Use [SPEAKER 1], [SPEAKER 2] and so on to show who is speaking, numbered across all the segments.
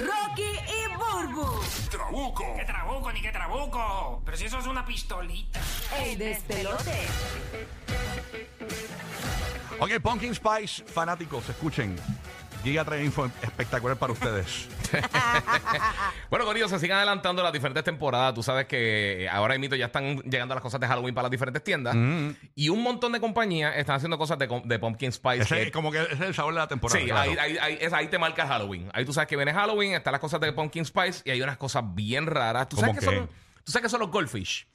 [SPEAKER 1] Rocky y Burbu.
[SPEAKER 2] Trabuco.
[SPEAKER 3] ¡Qué trabuco, ni qué trabuco! Pero si eso es una pistolita.
[SPEAKER 1] El despelote.
[SPEAKER 4] Ok, Pumpkin Spice, fanáticos, escuchen. Giga trae info espectacular para ustedes.
[SPEAKER 5] Bueno, Corillo, se siguen adelantando las diferentes temporadas. Tú sabes que eh, ahora mismo ya están llegando las cosas de Halloween para las diferentes tiendas.
[SPEAKER 4] Mm.
[SPEAKER 5] Y un montón de compañías están haciendo cosas de, com- de Pumpkin Spice.
[SPEAKER 4] Ese,
[SPEAKER 5] que-
[SPEAKER 4] como que ese es el sabor de la temporada.
[SPEAKER 5] Sí,
[SPEAKER 4] claro.
[SPEAKER 5] ahí, ahí- ahí- es- ahí te marca Halloween. Ahí tú sabes que viene Halloween, están las cosas de Pumpkin Spice y hay unas cosas bien raras. ¿Tú sabes
[SPEAKER 4] ¿Cómo
[SPEAKER 5] que
[SPEAKER 4] qué?
[SPEAKER 5] son, tú sabes que son los goldfish?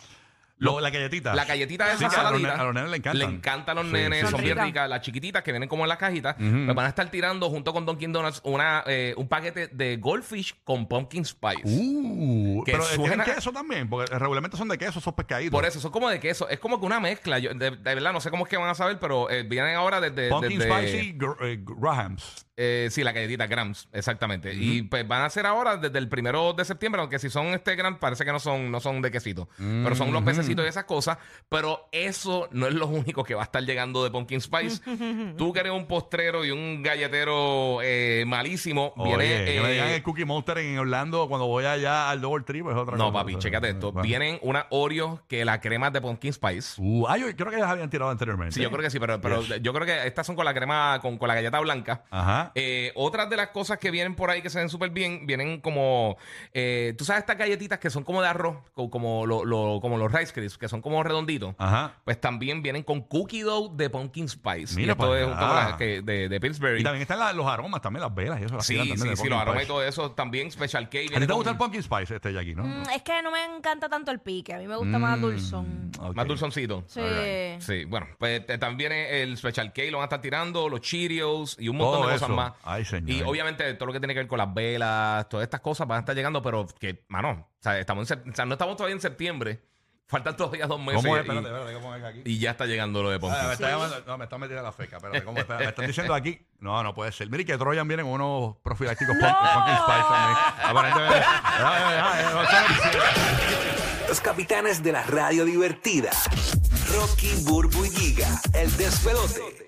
[SPEAKER 4] Lo- la galletita.
[SPEAKER 5] La galletita de
[SPEAKER 4] Sí, que
[SPEAKER 5] esa
[SPEAKER 4] a los ne-
[SPEAKER 5] saladita.
[SPEAKER 4] A los nenes le encantan.
[SPEAKER 5] Le encantan a los
[SPEAKER 4] Sí,
[SPEAKER 5] nenes,
[SPEAKER 4] sí,
[SPEAKER 5] son
[SPEAKER 4] sí.
[SPEAKER 5] bien ricas. Las chiquititas que vienen como en las cajitas. Me van a estar tirando junto con Dunkin' Donuts una, eh, un paquete de goldfish con pumpkin spice.
[SPEAKER 4] Uh,
[SPEAKER 5] Que
[SPEAKER 4] pero
[SPEAKER 5] suena-
[SPEAKER 4] tienen queso también, porque regularmente son de queso, esos pescaditos.
[SPEAKER 5] Por eso, son como de queso. Es como que una mezcla. Yo, de, de verdad, no sé cómo es que van a saber, pero eh, vienen ahora desde.
[SPEAKER 4] Pumpkin
[SPEAKER 5] desde-
[SPEAKER 4] Spicy gr- eh, Grahams.
[SPEAKER 5] Eh, sí, la galletita Grams, exactamente. Y pues van a ser ahora desde el primero de septiembre, aunque si son este Grams, parece que no son, no son de quesito. Pero son los pececitos y esas cosas. Pero eso no es lo único que va a estar llegando de Pumpkin Spice. Tú que eres un postrero y un galletero eh, malísimo,
[SPEAKER 4] Oye,
[SPEAKER 5] viene.
[SPEAKER 4] que
[SPEAKER 5] eh,
[SPEAKER 4] me digan el Cookie Monster en Orlando cuando voy allá al Double Tree, pues es otra
[SPEAKER 5] no,
[SPEAKER 4] cosa.
[SPEAKER 5] papi, chécate esto.
[SPEAKER 4] Bueno.
[SPEAKER 5] Vienen una Oreo que la crema es de Pumpkin Spice.
[SPEAKER 4] Uh, ah, yo creo que ya las habían tirado anteriormente.
[SPEAKER 5] Sí, yo creo que sí, pero, pero
[SPEAKER 4] Yes. Ah.
[SPEAKER 5] yo creo que estas son con la crema, con, con la galleta blanca.
[SPEAKER 4] Ajá.
[SPEAKER 5] Eh, otras de las cosas que vienen por ahí que se ven súper bien, vienen como, eh, tú sabes estas galletitas que son como de arroz, co- como, lo- lo- como los Rice Crisps, que son como redonditos.
[SPEAKER 4] Ajá.
[SPEAKER 5] Pues también vienen con cookie dough de pumpkin spice.
[SPEAKER 4] Mira
[SPEAKER 5] y esto
[SPEAKER 4] para
[SPEAKER 5] es
[SPEAKER 4] allá.
[SPEAKER 5] junto con las que- de, de
[SPEAKER 4] Y
[SPEAKER 5] Pillsbury.
[SPEAKER 4] también están la- los aromas, también las velas y eso. las
[SPEAKER 5] sí,
[SPEAKER 4] tiran
[SPEAKER 5] sí,
[SPEAKER 4] también de
[SPEAKER 5] sí, los
[SPEAKER 4] Pumpkin
[SPEAKER 5] aromas y
[SPEAKER 4] Spice.
[SPEAKER 5] todo eso. También Special K.
[SPEAKER 4] ¿A ti
[SPEAKER 5] viene
[SPEAKER 4] te gusta el
[SPEAKER 5] con
[SPEAKER 4] Pumpkin Spice este, Jackie, no?
[SPEAKER 6] Mm, Es que no me encanta tanto el pique, a mí me gusta más dulzón.
[SPEAKER 4] Mm, Ok.
[SPEAKER 5] Más dulzoncito.
[SPEAKER 6] Sí.
[SPEAKER 5] Sí, bueno, pues eh, también viene el Special K, lo van a estar tirando, los Cheerios y un montón
[SPEAKER 4] Todo
[SPEAKER 5] de cosas
[SPEAKER 4] eso.
[SPEAKER 5] más.
[SPEAKER 4] Ay, señor.
[SPEAKER 5] Y obviamente todo lo que tiene que ver con las velas, todas estas cosas van a estar llegando, pero que, mano, o sea, estamos en sep- o sea, no estamos todavía en septiembre, faltan todavía dos meses.
[SPEAKER 4] ¿Cómo es?
[SPEAKER 5] y-
[SPEAKER 4] Espérate, espérate, ¿cómo es aquí?
[SPEAKER 5] y, ya está llegando lo de Pumpkin.
[SPEAKER 4] Ah, me está llamando- no, me está metiendo la feca. Espérate, ¿cómo? Espérate, me están diciendo aquí. No, no puede ser. Mire que Trojan vienen unos profilácticos punk- Pumpkin
[SPEAKER 6] Oh.
[SPEAKER 4] Spice también. Aparentemente. Ah, ah, ah, no, eso no quisiera.
[SPEAKER 7] Los capitanes de la radio divertida. Rocky, Burbu y Giga. El despelote.